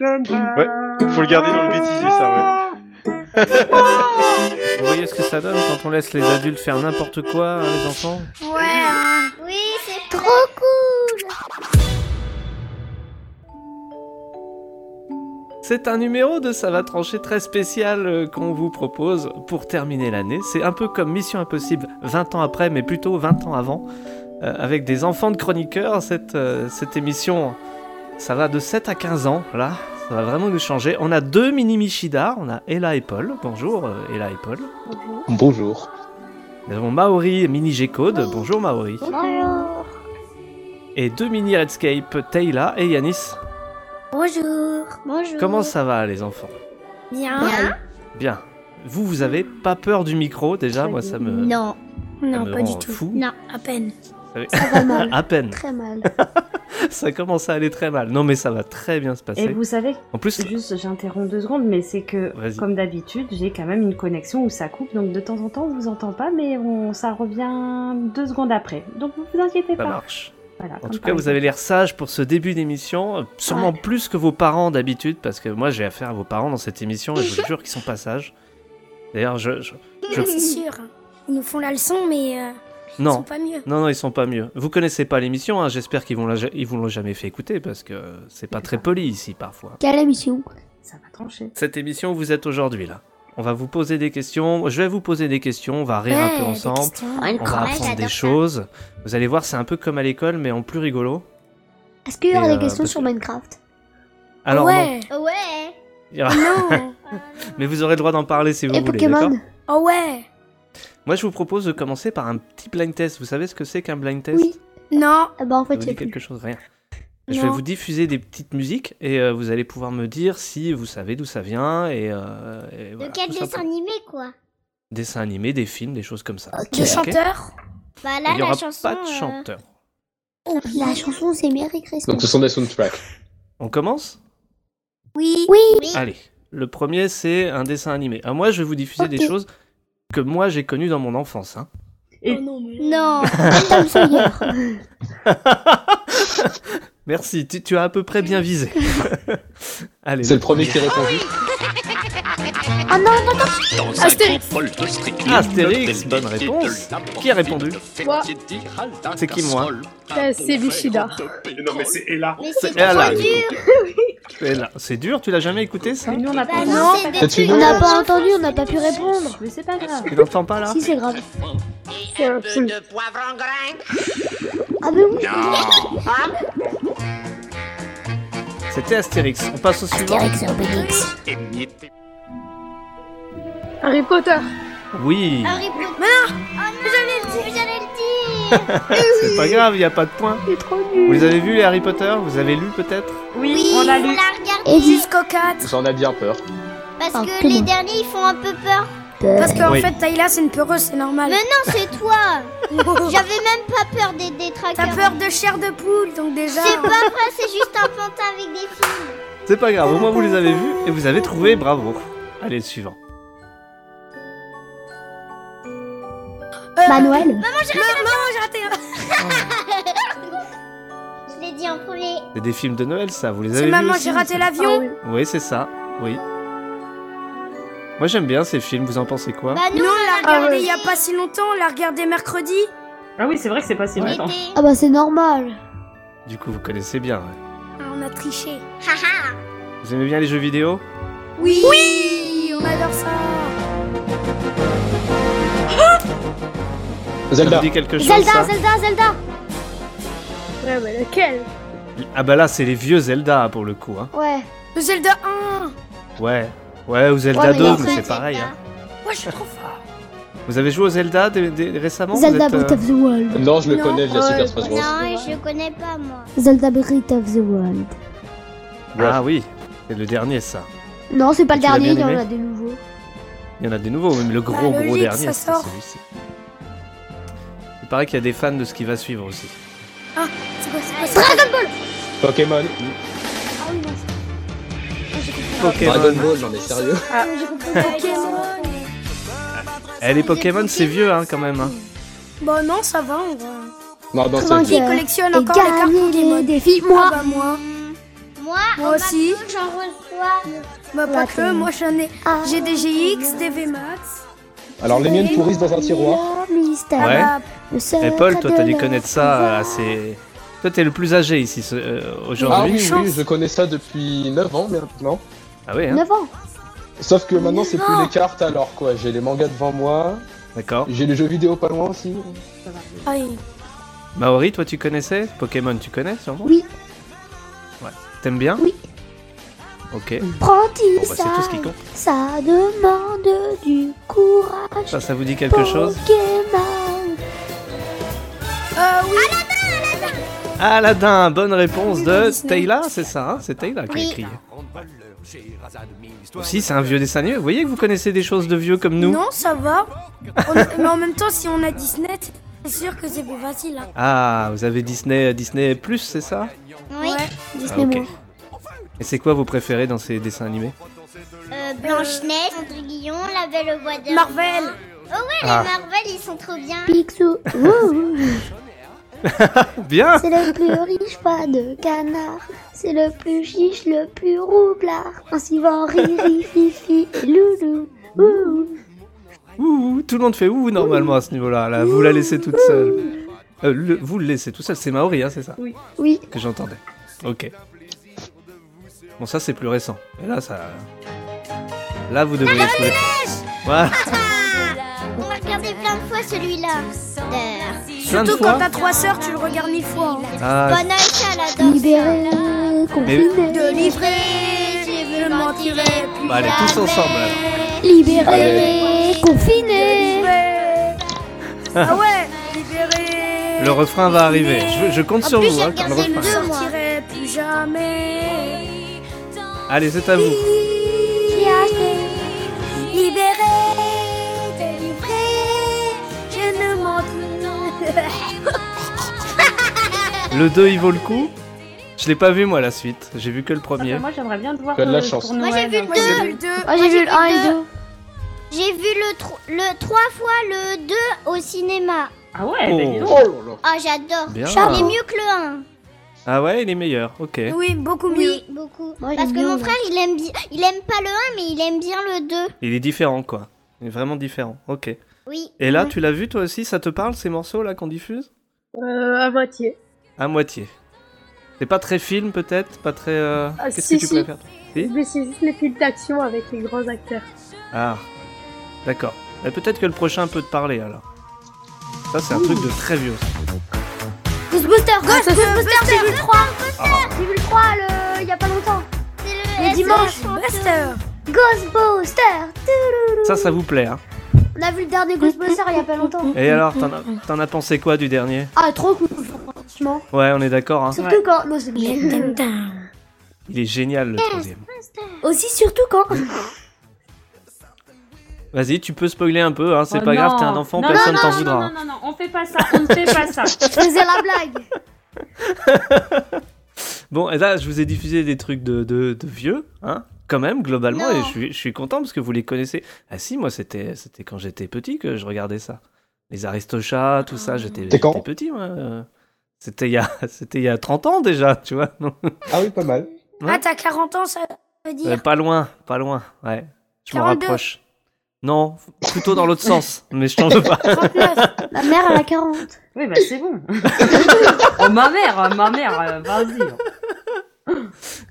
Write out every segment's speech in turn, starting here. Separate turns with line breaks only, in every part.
Ouais, faut le garder dans le bêtisier, ça,
Vous voyez ce que ça donne quand on laisse les adultes faire n'importe quoi, hein, les enfants
Ouais, hein.
Oui, c'est
trop cool.
C'est un numéro de Ça va trancher très spécial euh, qu'on vous propose pour terminer l'année. C'est un peu comme Mission Impossible 20 ans après, mais plutôt 20 ans avant, euh, avec des enfants de chroniqueurs. Cette, euh, cette émission, ça va de 7 à 15 ans, là. Ça va vraiment nous changer. On a deux mini Michida, on a Ella et Paul. Bonjour euh, Ella et Paul.
Bonjour.
Nous avons Maori et Mini G-Code. Bonjour Maori.
Bonjour.
Et deux mini Redscape, Taylor et Yanis.
Bonjour. Euh, Bonjour.
Comment ça va les enfants
Bien.
Bien. Vous, vous avez pas peur du micro déjà Moi, Euh, ça me.
Non. Non,
me
pas du
rend
tout.
fou.
Non, à peine.
Ça fait-
Ça va mal.
À peine.
Très mal.
Ça commence à aller très mal. Non, mais ça va très bien se passer.
Et vous savez,
En plus,
juste j'interromps deux secondes, mais c'est que,
Vas-y.
comme d'habitude, j'ai quand même une connexion où ça coupe, donc de temps en temps on vous entend pas, mais on, ça revient deux secondes après. Donc vous vous inquiétez
ça
pas.
marche.
Voilà,
Bah En
comme
tout
par
cas, vous
exemple.
avez l'air sage pour ce début d'émission. euh, Sûrement plus que vos parents d'habitude, parce que moi, j'ai affaire à vos parents dans cette émission et je vous jure qu'ils sont pas sages. D'ailleurs, je, je- Je-
C'est sûr. Ils nous font la leçon, mais euh, ils sont
Non.
pas mieux.
Non, non, ils sont pas mieux. Vous connaissez pas l'émission, hein, j'espère qu'ils vont la... ils vous l'ont jamais fait écouter, parce que euh, c'est pas très poli ici parfois.
Quelle émission
Ça va trancher.
Cette émission où vous êtes aujourd'hui, là. On va vous poser des questions, je vais vous poser des questions, on va rire un peu
Ouais, des
ensemble.
questions.
Une
On va apprendre des choses. Vous allez voir, c'est un peu comme à l'école, mais en plus rigolo.
Est-ce qu'il y aura
Et, euh,
des questions
parce
sur
que-
Minecraft Oh,
Alors non,
ouais.
Ouais.
il y aura-
Non.
mais vous aurez le droit d'en parler si vous
Et
voulez.
Pokémon
d'accord
Oh ouais.
Moi, je vous propose de commencer par un petit blind test. Vous savez ce que c'est qu'un blind test
Oui.
Non.
Ah Bah en
Ça
fait,
vous
je sais
dit
plus.
quelque chose Rien. Je vais
Non.
vous diffuser des petites musiques et euh, vous allez pouvoir me dire si vous savez d'où ça vient et, euh, et voilà,
De quel
tout
dessin
simplement.
animé quoi
Dessins animés, des films, des choses comme ça.
Des
Ok
chanteurs.
Bah
Et
là,
Il n'y
la
aura
chanson.
pas de
euh,
chanteur.
La chanson, c'est Merry Christmas.
Donc ce sont des soundtracks.
On commence
Oui.
Oui.
Allez, le premier c'est un dessin animé. Ah, moi je vais vous diffuser des
Ok.
choses que moi j'ai connues dans mon enfance. Hein.
Et-
Non, Tom Sawyer.
Merci, tu, tu as à peu près bien visé. Allez,
C'est le premier qui répond vite.
Ah non, non, non.
Astérix.
Astérix, bonne réponse. Qui a répondu
Moi.
C'est qui, moi Ah,
Euh, C'est Bichida.
ouais. Non, mais c'est Ella.
Mais c'est
Et alors
trop dur.
Et là, C'est dur, tu l'as jamais écouté ça
Mais nous on n'a
Bah
pas
non,
c'est
c'est
des
des
trucs-
trucs. On n'a pas entendu, on n'a pas pu répondre.
Mais c'est pas grave.
Tu l'entends pas là
Si, c'est grave.
Et un peu de poivre en grain.
Ah mais oui.
C'était Astérix. On passe au suivant
et Obélix.
Harry Potter.
Oui,
Ah
Harry Potter. Mais non. J'allais le dire, j'allais le dire.
c'est pas grave, il n'y a pas de point. Vous les avez vus les Harry Potter Vous avez lu peut-être
Oui, on l'a lu.
regardé.
Et jusqu'au 4.
J'en ai bien peur.
Parce
Ah,
que
comment
les derniers, ils font un peu peur.
Parce qu'en
Oui.
fait, Taïla, c'est une peureuse, c'est normal.
Mais non, c'est toi.
T'as
J'avais même pas peur des détraqueurs.
peur de chair de poule, donc déjà.
C'est pas vrai, c'est juste un pantin avec des fils.
C'est pas grave, au moins vous les avez vus et vous avez trouvé, bravo. Allez, le suivant.
Euh,
Manuel.
j'ai raté.
Je l'ai dit en premier.
C'est des films de Noël ça, vous les avez
C'est
vus
maman,
aussi Ah
j'ai raté l'avion.
Oui, c'est ça, oui. Moi j'aime bien ces films, vous en pensez quoi
Bah
Nous,
nous,
on l'a
Ah
regardé
ouais.
il y a pas si longtemps, on l'a regardé mercredi.
Ah oui, c'est vrai que c'est pas si
l'été.
longtemps.
Ah bah c'est normal.
Du coup, vous connaissez bien. ouais.
Ah, on a triché.
Vous aimez bien les jeux vidéo
Oui. Oui, on adore ça.
Ça
Zelda.
vous dit quelque chose
Zelda,
ça
Zelda, Zelda.
Ouais, mais lequel
Ah bah là, c'est les vieux Zelda pour le coup. Hein.
Ouais.
Le Zelda 1.
Ouais. Ouais, ou Zelda
Ouais, mais
2,
les
mais
autres,
c'est pareil.
Zelda.
hein.
Ouais, je suis trop fort.
Vous avez joué au Zelda dé- dé- récemment Vous
Zelda
êtes, euh,
Breath of the Wild.
Non, je le
Non.
connais via
Ouais,
Super Smash Bros.
Non, je connais pas moi.
Zelda Breath of the Wild.
Ah oui, c'est le dernier ça.
Non, c'est pas le
Tu l'as
dernier, il y
bien
en
aimé
a des nouveaux.
Il y en a des nouveaux, même le gros
Ah,
Bah, le
gros
leak,
dernier,
ça
c'est
sort.
celui-ci. Il paraît qu'il y a des fans de ce qui va suivre aussi.
C'est quoi, c'est quoi, c'est quoi
Pokémon.
Ah oui, non, c'est- Ah, j'ai compris.
Dragon
Pokémon.
Ball, non mais sérieux.
Ah, j'ai compris.
Pokémon.
Eh, les Pokémon, c'est vieux hein, quand même. hein.
Bah non, ça va, on va.
Non, non,
Comment
c'est
dire
Qui collectionne
Et
encore les cartes
gagner
Pokémon
des défis,
Ah
moi
bah moi.
Moi,
Moi
au
aussi.
McDo, j'en reçois.
Bah pas
Ouais,
que,
t'es-
moi j'en ai.
Ah,
J'ai des GX, des VMAX.
Alors, les miennes pourrissent dans un tiroir.
le mystère,
Ouais.
le
Et
secret
Paul, toi, t'as
de
dû
leur
connaître ça euh,
pouvoir.
assez. Toi, t'es le plus âgé ici ce- euh,
Ah
aujourd'hui.
oui, oui, je connais ça depuis 9 ans maintenant.
Ah oui, hein,
9 ans.
Sauf que maintenant, c'est plus
Non.
les cartes alors, quoi. J'ai les mangas devant moi,
d'accord.
j'ai les jeux vidéo pas loin aussi.
Aïe.
Maori, toi, tu connaissais Pokémon, tu connais sûrement
Oui.
Ouais. T'aimes bien
Oui.
Ok.
Prends-y
Bon, bah,
ça.
c'est tout ce qui compte.
Ça demande du courage.
Ça, ça vous dit quelque chose
Pokémon.
Euh oui.
Aladdin, bonne réponse
Oui, de
de
Disney.
Taylor, c'est ça, hein c'est Taylor qui a écrit. Si, c'est un vieux dessin animé. Vous voyez que vous connaissez des choses de vieux comme nous
Non, ça va. On a- Mais en même temps, si on a Disney, c'est sûr que c'est plus facile. hein.
Ah, vous avez Disney, Disney Plus, c'est ça
Oui.
Ouais.
Ah,
Disney
ok.
World.
Et c'est quoi vos préférés dans ces dessins animés
Euh, Blanche-Neige, André Guillon, La Belle au Bois de...
Marvel.
Ah.
Les Marvel, ils sont trop bien.
Picsou. Wouh.
Bien
C'est le plus riche, pas de canard. C'est le plus chiche, le plus roublard. En suivant Riri, Fifi et Loulou. Ouh.
Ouh, tout le monde fait ouh normalement à ce niveau-là. Là, vous la laissez toute seule. Euh, le- vous le laissez tout seul, c'est Maori, hein, c'est ça
Oui,
Que j'entendais. Ok. Bon, ça, c'est plus récent. Et là, ça. Là, vous devriez trouver. Voilà,
On va regarder plein de fois celui-là. Euh, D'ailleurs.
plein de
Surtout quand
fois.
t'as trois sœurs, tu le regardes mille fois. hein.
Ah,
Bonne Noël, ça, la danse.
libéré, confiné.
De livrer, j'ai vu le m'en tirer. Puis
bah, allez, tous ensemble. alors.
Libéré, confiné.
libéré. Ah ouais, libéré.
Le refrain va arriver. Je, je compte
En
sur
plus,
vous.
j'ai
hein, pour le
regardé
refrain.
le-
Je sortirai plus jamais.
Allez, c'est à vous.
J'ai acheté.
Libéré, délivré, je ne m'en
Le 2, il vaut le coup. Je l'ai pas vu moi la suite. J'ai vu que le
Ah, bah,
premier.
moi j'aimerais bien te voir
T'as de la
euh,
chance.
pour
Moi,
Noël.
j'ai vu le
Moi j'ai vu le 2.
Ah, j'ai vu le 1 et le
J'ai vu le, tro- le 3 fois le 2 au cinéma.
Ah ouais,
Oh.
bah, dis donc.
Oh là là.
Ah, j'adore.
Bien.
Il est mieux que le 1.
Ah ouais, il est meilleur. Ok.
Oui, beaucoup mieux.
Oui, beaucoup.
Moi, j'aime
Parce que
bien
mon
le
frère, il aime, bi- il aime pas le 1, mais il aime bien le 2.
Il est différent quoi. Il est vraiment différent. Ok.
Oui.
Et là, tu l'as vu toi aussi Ça te parle ces morceaux là qu'on diffuse
Euh, à moitié.
À moitié. C'est pas très film peut-être Pas très. euh,
Ah,
Qu'est-ce
si,
que tu
si.
préfères Oui.
Mais c'est juste les films d'action avec les grands acteurs.
Ah. D'accord. Mais peut-être que le prochain peut te parler alors. Ça, c'est un truc de très vieux.
Ghostbusters,
Ghostbusters,
j'ai vu le 3. J'ai vu le 3 le... il y a pas longtemps.
C'est
Le
le
dimanche,
SOS.
Buster.
Ghostbusters.
Ça, ça vous plaît hein
On a vu le dernier Ghostbusters il y a pas longtemps.
Et alors, t'en as- t'en as pensé quoi du dernier
Ah, trop cool, franchement.
Ouais, on est d'accord. Hein.
Surtout quand. Non, c'est bien.
Il est génial le troisième.
Aussi, surtout quand.
Vas-y, tu peux spoiler un peu, hein, c'est
Oh,
pas grave,
non.
t'es un enfant,
Non,
personne
non,
t'en
non,
voudra.
Non, non, non, non, on fait pas ça, on ne fait pas ça.
Je faisais la blague.
Bon, et là, je vous ai diffusé des trucs de, de, de vieux, hein, quand même, globalement,
Non.
et je suis, je suis content parce que vous les connaissez. Ah si, moi, c'était c'était quand j'étais petit que je regardais ça. Les Aristochats, tout
Ah.
ça, j'étais
T'es quand
j'étais petit, moi. euh. C'était il, y a- c'était il y a 30 ans déjà, tu vois. Non.
Ah oui, pas mal.
Ouais.
Ah, t'as 40 ans, ça veut
Euh,
dire.
pas loin, pas loin, ouais. Je m'en
42.
rapproche. Non, plutôt dans l'autre sens, mais je t'en veux pas.
39.
Ma mère, elle a 40.
Oui, bah c'est bon. oh, ma mère, ma mère, euh, vas-y.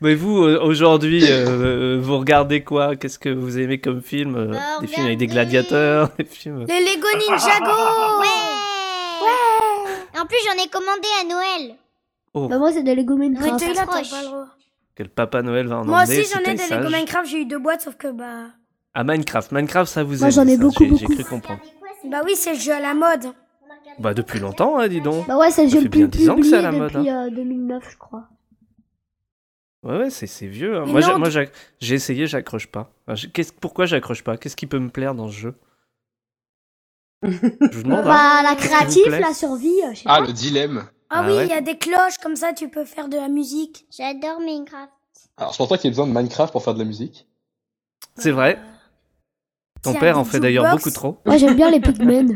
Mais vous, euh, aujourd'hui, euh, euh, vous regardez quoi Qu'est-ce que vous aimez comme film euh,
Bah,
Des films avec des
regardez-
gladiateurs des films... euh,
Les Lego Ninjago.
Ouais. En plus, j'en ai commandé à Noël.
Oh,
Bah, moi, c'est des Lego
Mais
Minecraft.
t'es là, t'as
s'accroche.
pas le droit.
quel Papa Noël va en
Moi
emmener
aussi
si
j'en ai
t'es
des
sage.
Lego Minecraft, j'ai eu deux boîtes sauf que bah
Ah, Minecraft, Minecraft, ça vous
Moi,
aime,
j'en ai
ça,
beaucoup,
j'ai- J'ai
beaucoup.
cru comprendre.
bah oui c'est le jeu à la mode.
Bah, depuis longtemps, hein, dis donc.
Bah, ouais, c'est le
Ça
jeu
fait
le plus
bien 10 ans que c'est à
publié
la mode, hein.
depuis euh, 2009, je crois.
Ouais, ouais, c'est c'est vieux. hein.
Mais
Moi,
non,
j'ai- moi, j'ac- j'ai essayé, j'accroche pas. Enfin, j'ai- qu'est-ce- Pourquoi j'accroche pas Qu'est-ce qui peut me plaire dans ce jeu Je vous demande. hein.
Bah, la créative,
plaît.
la survie, euh, je sais
Ah,
pas.
le dilemme.
Ah
Ah, oui, il
ouais.
y a des cloches comme ça tu peux faire de la musique.
J'adore Minecraft.
Alors, je pense pas qu'il y ait besoin de Minecraft pour faire de la musique.
C'est vrai. Ton
C'est
père
un
en fait d'ailleurs
jukebox.
beaucoup trop.
Moi, j'aime bien les Pikmin.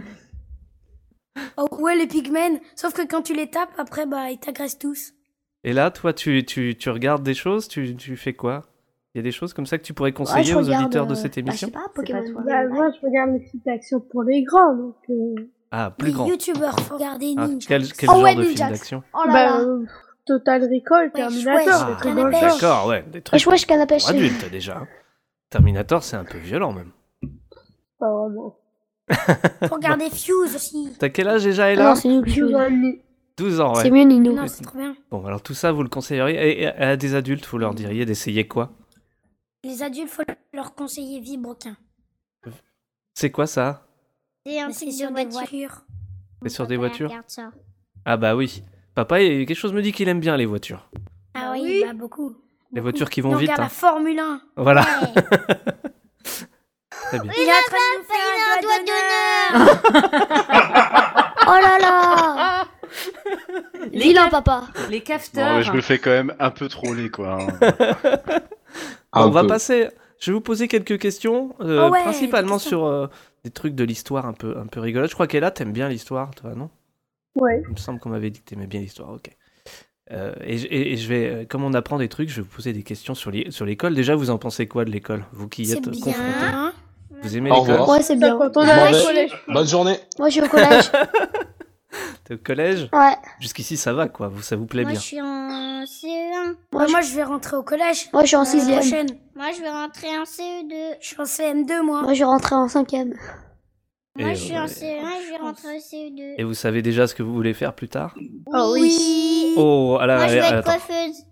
Oh ouais, les pigmen. Sauf que quand tu les tapes, après, bah, ils t'agressent tous.
Et là, toi, tu, tu, tu regardes des choses, tu, tu fais quoi Il y a des choses comme ça que tu pourrais
Ah, je
conseiller aux
regarde,
auditeurs de
euh,
cette
bah, je sais
émission
pas,
C'est pas
Pokémon
toi.
Go,
Bah, moi, je regarde les petites actions pour les grands, donc. euh,
Ah, plus
les
grand.
youtubeurs font regarder
Ah,
Ninja.
quel quel
Oh
genre
ouais,
de
Bill
film
Jackson.
d'action
Oh là
bah,
là.
euh, Total Recall,
Wesh,
Terminator, des
wesh,
trucs
canapé.
dans le genre.
D'accord, ouais, des
Et
trucs
je vois, je canne à pêche.
pour adultes déjà. hein. Terminator, c'est un peu violent même.
Pas vraiment.
Faut regarder Fuse aussi.
T'as quel âge déjà,
Ah
Ella
non, c'est nul. je suis
Toujours
nulle.
un nid.
12 ans, ouais.
C'est mieux, Nino.
Non, c'est trop bien.
Bon, alors tout ça, vous le conseilleriez et, et à des adultes, vous leur diriez d'essayer quoi
Les adultes, faut leur conseiller Vibroquin.
C'est quoi ça
C'est un
Mais
truc
C'est
de
sur des
voiture.
voitures.
C'est sur des
Papa,
voitures
regarde ça.
Ah bah oui. Papa, il- quelque chose me dit qu'il aime bien les voitures.
Ah oui, bah beaucoup.
Les
Beaucoup.
voitures qui vont
Non,
vite.
Regarde
hein.
la Formule 1.
Voilà.
Ouais.
Très bien.
Il est en train de
un
nous faire un
doigt
doigt d'honneur.
Oh là là
Les,
Vilain papa
les
Non,
cafeteurs.
mais je me fais quand même un peu troller, quoi. hein.
Bon,
Un
Ah, on va
peu.
passer. Je vais vous poser quelques questions, euh,
Ah ouais,
principalement
des questions.
sur euh, des trucs de l'histoire un peu, un peu rigolote. Je crois qu'Ella, t'aimes bien l'histoire, toi, non
Ouais.
Il me semble qu'on m'avait dit que t'aimais bien l'histoire, ok. Euh, et, je- et- et je vais, euh, comme on apprend des trucs, je vais vous poser des questions sur l'é- sur l'école. Déjà, vous en pensez quoi de l'école Vous qui y
C'est
êtes confrontés
bien.
Vous aimez
Au
l'école
revoir.
Ouais, c'est
Ça,
bien.
quand on
Je m'en
arrive
vais.
au collège.
Bonne journée.
Moi, je suis au collège.
T'es au collège
Ouais.
Jusqu'ici, ça va, quoi. Vous, ça vous plaît
Moi, je
bien.
suis en CE1.
Moi, moi, je vais rentrer au collège.
Moi, je suis en
l'année
6ème.
prochaine.
Moi, je vais rentrer en CE2.
Je suis en CM2, moi.
Moi, je rentrais en 5ème.
Moi,
Et,
je suis
euh,
en CE1 et je vais rentrer au CE2.
Et vous savez déjà ce que vous voulez faire plus tard
Ah oui.
oui.
Oh, à la,
Moi, je vais
à-
être
attends.
coiffeuse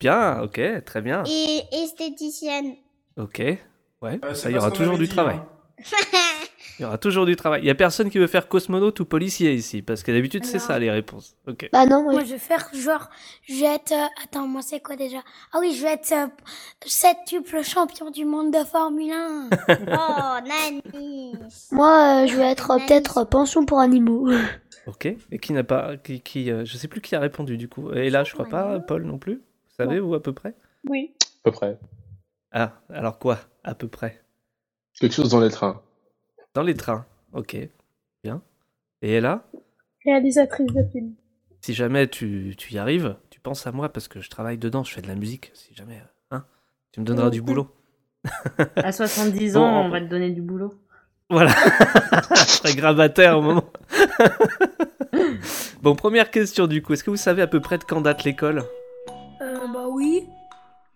Bien, ok, très bien.
et esthéticienne.
Ok, ouais, ça, il y aura toujours du travail. Il y aura toujours du travail. Il y a personne qui veut faire cosmonaute ou policier ici, parce que d'habitude, c'est
Alors-
ça les réponses. Ok.
Bah non, moi,
Moi, je vais faire genre. Je vais être. euh, attends, moi, c'est quoi déjà Ah oui, je vais être euh, septuple champion du monde de Formule 1.
Oh, Nanis.
moi, euh, je vais être euh, peut-être euh, pension pour animaux.
Ok. Et qui n'a pas. Qui, qui, euh, je sais plus qui a répondu du coup. Et là, je crois pas, Paul non plus. Vous savez, ou à peu près
Oui.
À peu près.
Ah, alors quoi À peu près.
Quelque chose dans les trains.
Dans les trains. Ok. Bien. Et là,
Réalisatrice de films.
si jamais tu, tu y arrives, tu penses à moi parce que je travaille dedans, je fais de la musique. Si jamais. Hein Tu me donneras du boulot.
À 70
Bon,
ans,
on-
on va te donner du boulot.
Voilà. je serai grabataire au moment. bon, première question du coup. Est-ce que vous savez à peu près de quand date l'école
euh, bah oui.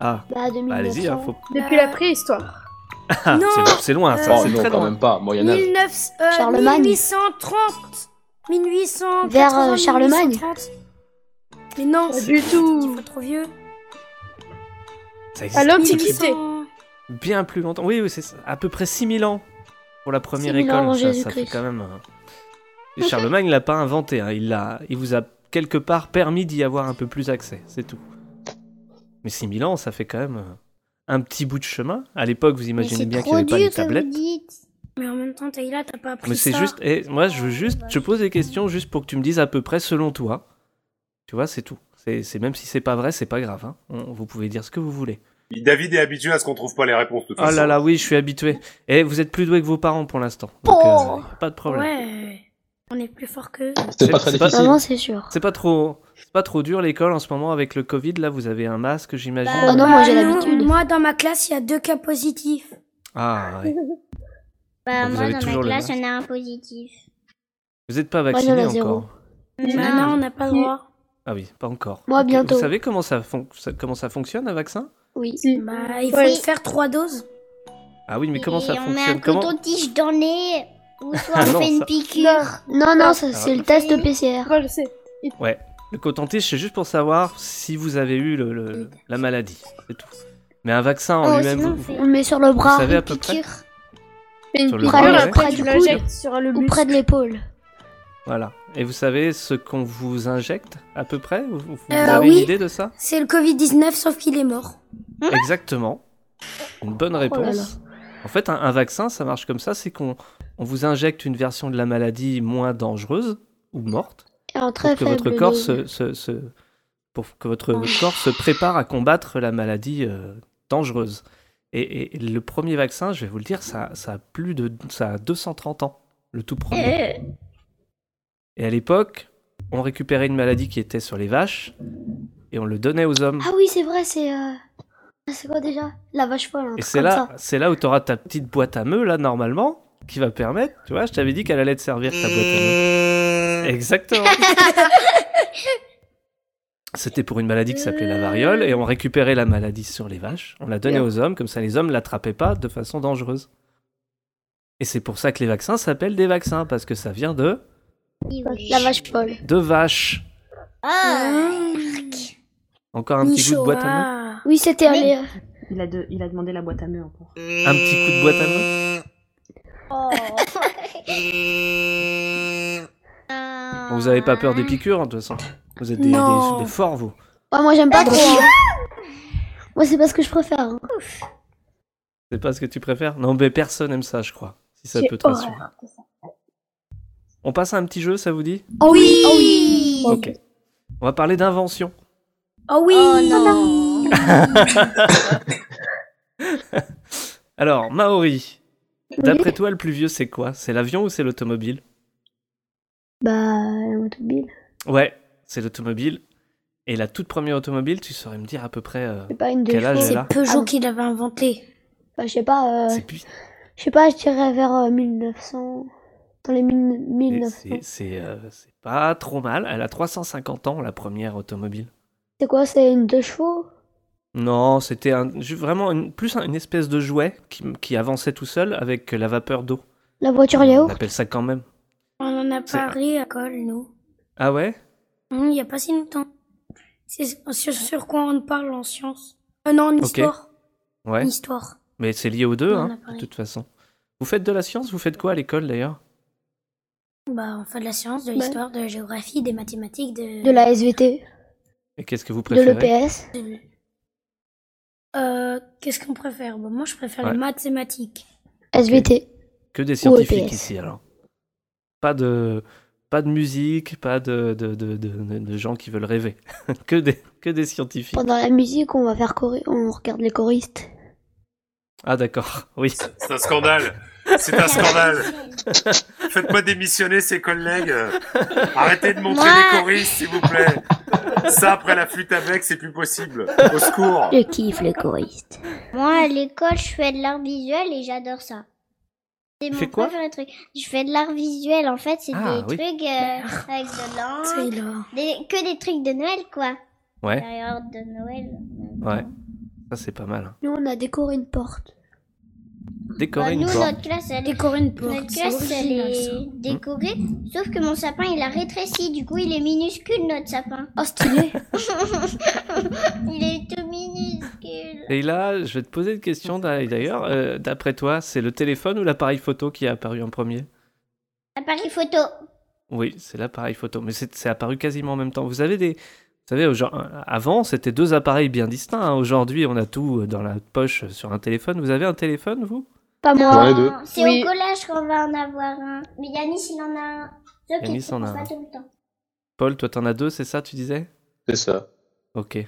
Ah,
Bah,
bah,
2000.
allez-y, hein, faut...
Depuis
Bah.
la préhistoire.
Ah,
Non,
c'est- c'est loin, ça,
euh,
Oh
c'est
non,
très
quand
loin.
même pas. Moyen Âge.
19, euh,
Charlemagne.
1830. 1800.
Vers, euh, Charlemagne.
Mais non,
Pas du
il
tout.
faut trop vieux.
Ça existe
À
depuis
l'Antiquité.
bien plus longtemps. Oui, oui, c'est ça, à peu près 6000 ans pour la première
6000 ans avant
école. Ça, ça fait
Jésus-Christ.
quand même. un- Et Charlemagne l'a pas inventé, hein, il, l'a- il vous a quelque part permis d'y avoir un peu plus accès, c'est tout. Mais 6000 ans, ça fait quand même euh, un petit bout de chemin. À l'époque, vous
Mais
imaginez
c'est
bien qu'il n'y
trop
avait pas les
dur que vous
tablettes.
dites.
Mais en même temps, Taïla, Ah, t'as pas appris
Mais c'est
ça.
juste, et moi je veux juste, je pose des questions juste pour que tu me dises à peu près selon toi. Tu vois, c'est tout. C'est c'est- même si c'est pas vrai, c'est pas grave. hein. On- vous pouvez dire ce que vous voulez.
David est habitué à ce qu'on trouve pas les réponses de toute
Oh
façon.
là là, oui, je suis habitué. Et vous êtes plus doué que vos parents pour l'instant. Donc,
Oh.
euh, pas de problème.
Ouais. On est plus fort qu'eux.
C'est pas très
c'est pas-
difficile.
Maman, c'est sûr.
C'est pas trop, c'est pas trop dur l'école en ce moment avec le Covid. Là, vous avez un masque, j'imagine.
Bah,
Oh non, moi, j'ai
Bah,
l'habitude.
Moi, dans ma classe, il y a deux cas positifs.
Ah, ouais.
Bah,
Vous
moi,
avez
dans
toujours
ma
le
classe,
masque.
on a un positif.
vous êtes pas
Moi, j'en ai
vacciné
zéro.
encore.
Bah non, on n'a pas le droit.
Ah oui, pas encore.
Moi,
Ok,
bientôt.
Vous savez comment ça, fon- ça- comment ça fonctionne un vaccin
Oui.
Bah, il faut
Ouais.
faire trois doses.
Ah oui, mais comment
Et On
ça
met un
fonctionne Comment
coton-tige dans le nez. Ou soit
Ah non,
on fait une
ça- Ah.
piqûre.
Non, non, ça, c'est
ouais.
le test PCR.
Moi, je sais.
Le coton-tige, c'est juste pour savoir si vous avez eu le, le- la maladie, c'est tout. Mais un vaccin en
Oh,
lui-même,
sinon,
vous-
on fait-
On le met sur le
vous
bras
savez à
une
peu près
piqûre.
Fais une
Sur le
piqûre,
bras,
ouais.
après tu
Près du coude.
l'injectes sur le
ou
muscle.
près de l'épaule.
Voilà. Et vous savez ce qu'on vous injecte à peu près Vous, vous
Euh,
avez
oui.
une idée de ça
C'est le Covid-19, sauf qu'il est mort.
Exactement. Une bonne réponse. En fait, un, un vaccin, ça marche comme ça, c'est qu'on on vous injecte une version de la maladie moins dangereuse ou morte
Et en très
pour que
faible Ah.
votre corps
dose.
se, se- se- pour que votre corps se prépare à combattre la maladie euh, dangereuse. Et, et le premier vaccin, je vais
Eh,
Eh,
vous le dire, ça, ça a plus de ça a 230 ans, le tout premier. Et à l'époque, on récupérait une maladie qui était sur les vaches et on le donnait aux hommes.
Ah oui, c'est vrai, c'est. euh, C'est quoi déjà La vache folle. un
Et
truc
c'est
comme
là,
ça.
c'est là où tu auras ta petite boîte à meux, là, normalement, qui va permettre. Tu vois, je t'avais dit qu'elle allait te servir, ta boîte à meux. Exactement. C'était pour une maladie qui s'appelait la variole, et on récupérait la maladie sur les vaches. On la donnait aux hommes, comme ça les hommes l'attrapaient pas de façon dangereuse. Et c'est pour ça que les vaccins s'appellent des vaccins, parce que ça vient de.
La vache folle.
de vaches. Encore un petit goût de boîte à meux
ah.
Oui, c'était euh,
Mais-
allé.
Il a, de- il a demandé la boîte à meux encore.
Eh, Un petit coup de boîte à meux
Oh.
Bon, vous avez pas peur des piqûres, hein, de toute façon. Vous êtes des,
Non.
des- des forts, vous.
Ouais, moi, j'aime pas trop. hein. Moi, c'est pas ce que je préfère. hein.
C'est pas ce que tu préfères Non, mais personne aime ça, je crois. Si ça
J'ai
peut te rassurer. On passe à un petit jeu, ça vous dit
Oh oui Oh oui
Ok. On va parler d'invention.
Oh oui
non.
Alors, Maori, d'après toi, le plus vieux, c'est quoi C'est l'avion ou c'est l'automobile
Bah, la mobile.
Ouais, c'est l'automobile. Et la toute première automobile, tu saurais me dire à peu près. euh,
C'est pas une de
Quel âge
chevaux.
elle
C'est-
a
C'est Peugeot
Ah bon.
qui l'avait inventé.
bah, je sais pas. euh,
c'est pu-
Je sais pas, je dirais vers euh, 1900. Dans les mille-
c'est-
1900.
c'est- C'est euh, c'est pas trop mal. Elle a 350 ans, la première automobile.
C'est quoi C'est une deux chevaux
Non, c'était un- ju- vraiment une- plus un- une espèce de jouet qui, qui avançait tout seul avec la vapeur d'eau.
La voiture
On
yaourt
appelle ça quand même.
On en a
C'est-
parlé à l'école, nous.
Ah ouais
Non, Mmh, Il n'y a pas si longtemps. C'est sur, sur quoi on parle en sciences. Euh, non, en
Ok.
histoire.
Ouais.
En histoire.
Mais c'est lié aux deux,
On en a
hein, de
parlé.
toute façon. Vous faites de la science Vous faites quoi à l'école d'ailleurs
Bah, on fait de la science, de
Ouais.
l'histoire, de la géographie, des mathématiques, de...
De la SVT,
Et qu'est-ce que vous
de
préférez
l'EPS.
Euh, qu'est-ce qu'on préfère Bah, Moi, je préfère
Ouais.
les mathématiques.
SVT.
Que des scientifiques
E
EPS.
ici alors. Pas de, pas de musique, pas de, de, de, de- de gens qui veulent rêver. que, des, que des scientifiques.
Pendant la musique, on va faire choré, on regarde les choristes.
Ah d'accord, oui.
C'est un scandale. C'est un scandale. Faites pas démissionner ses collègues. Arrêtez de montrer
Moi.
les choristes, s'il vous plaît. Ça, après la flûte avec, c'est plus possible. Au secours.
Je kiffe les choristes.
Moi, à l'école, je fais de l'art visuel et j'adore ça. C'est
Tu
mon
fais quoi
préféré truc. Je fais de l'art visuel, en fait, c'est
Ah,
des
oui.
trucs euh, avec de l'encre,
Taylor.
des- que des trucs de Noël, quoi.
Ouais,
L'intérieur de Noël.
ouais. Ça c'est pas mal. hein.
Nous, on a décoré une porte.
Bah,
Décorer
nous,
une porte.
notre classe, elle est...
Décorer une
Notre
porte. c'est
classe, elle
original, ça. Hein
est décorée, sauf que mon sapin, il a rétréci, du coup, il est minuscule, notre sapin.
Oh, stylé
Il est tout minuscule.
Et là, je vais te poser une question d'a- d'ailleurs. euh, D'après toi, c'est le téléphone ou l'appareil photo qui est apparu en premier
Appareil photo.
Oui, c'est l'appareil photo. Mais c'est c'est apparu quasiment en même temps. Vous avez des. Vous savez, aujourd- euh, avant, c'était deux appareils bien distincts. hein. Aujourd'hui, on a tout euh, dans la poche euh, sur un téléphone. Vous avez un téléphone, vous
Pas moi.
Ouais, deux.
C'est
Oui.
au collège qu'on va en avoir un. Mais Yanis, il en a un. Sauf qu'il
Yanis en a
pense
un.
pas tout le temps.
Paul, toi, t'en as deux, c'est ça, tu disais
C'est ça.
Ok. Il